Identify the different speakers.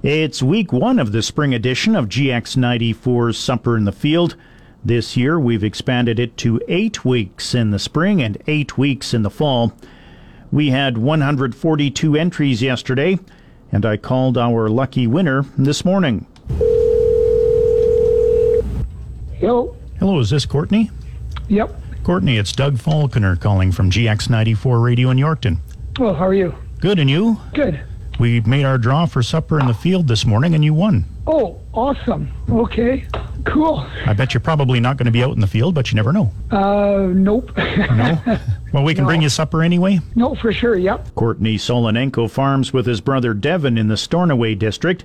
Speaker 1: It's week one of the spring edition of GX94's Supper in the Field. This year, we've expanded it to eight weeks in the spring and eight weeks in the fall. We had 142 entries yesterday, and I called our lucky winner this morning.
Speaker 2: Hello.
Speaker 1: Hello, is this Courtney?
Speaker 2: Oh, Yep.
Speaker 1: Courtney, it's Doug Falconer calling from GX94 Radio in Yorkton.
Speaker 2: Well, how are you?
Speaker 1: Good, and you?
Speaker 2: Good.
Speaker 1: We made our draw for supper in the field this morning, and you won.
Speaker 2: Oh, awesome. Okay. Cool.
Speaker 1: I bet you're probably not going to be out in the field, but you never know.
Speaker 2: Uh, nope.
Speaker 1: No? Well, we can bring you supper anyway.
Speaker 2: no, for sure. Yep.
Speaker 1: Courtney Solonenko farms with his brother Devin in the Stornoway district.